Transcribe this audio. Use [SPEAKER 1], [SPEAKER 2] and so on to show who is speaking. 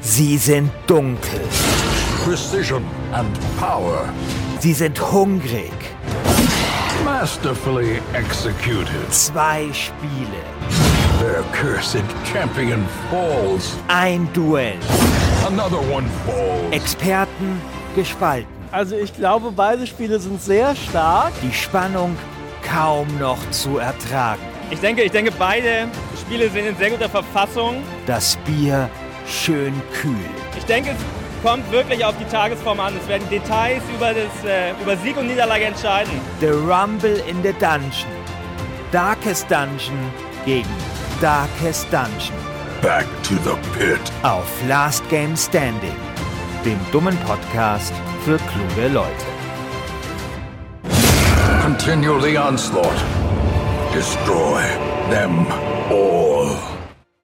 [SPEAKER 1] Sie sind dunkel.
[SPEAKER 2] precision and power
[SPEAKER 1] Sie sind hungrig.
[SPEAKER 2] masterfully executed.
[SPEAKER 1] Zwei Spiele.
[SPEAKER 2] Their cursed champion falls.
[SPEAKER 1] Ein Duell.
[SPEAKER 2] Another one falls.
[SPEAKER 1] Experten gespalten.
[SPEAKER 3] Also ich glaube, beide Spiele sind sehr stark.
[SPEAKER 1] Die Spannung kaum noch zu ertragen.
[SPEAKER 4] Ich denke, ich denke, beide Spiele sind in sehr guter Verfassung.
[SPEAKER 1] Das Bier schön kühl.
[SPEAKER 4] Ich denke, es kommt wirklich auf die Tagesform an. Es werden Details über, das, äh, über Sieg und Niederlage entscheiden.
[SPEAKER 1] The Rumble in the Dungeon. Darkest Dungeon gegen Darkest Dungeon.
[SPEAKER 2] Back to the pit.
[SPEAKER 1] Auf Last Game Standing. Dem dummen Podcast für kluge Leute.
[SPEAKER 2] Continue the onslaught. Destroy them all.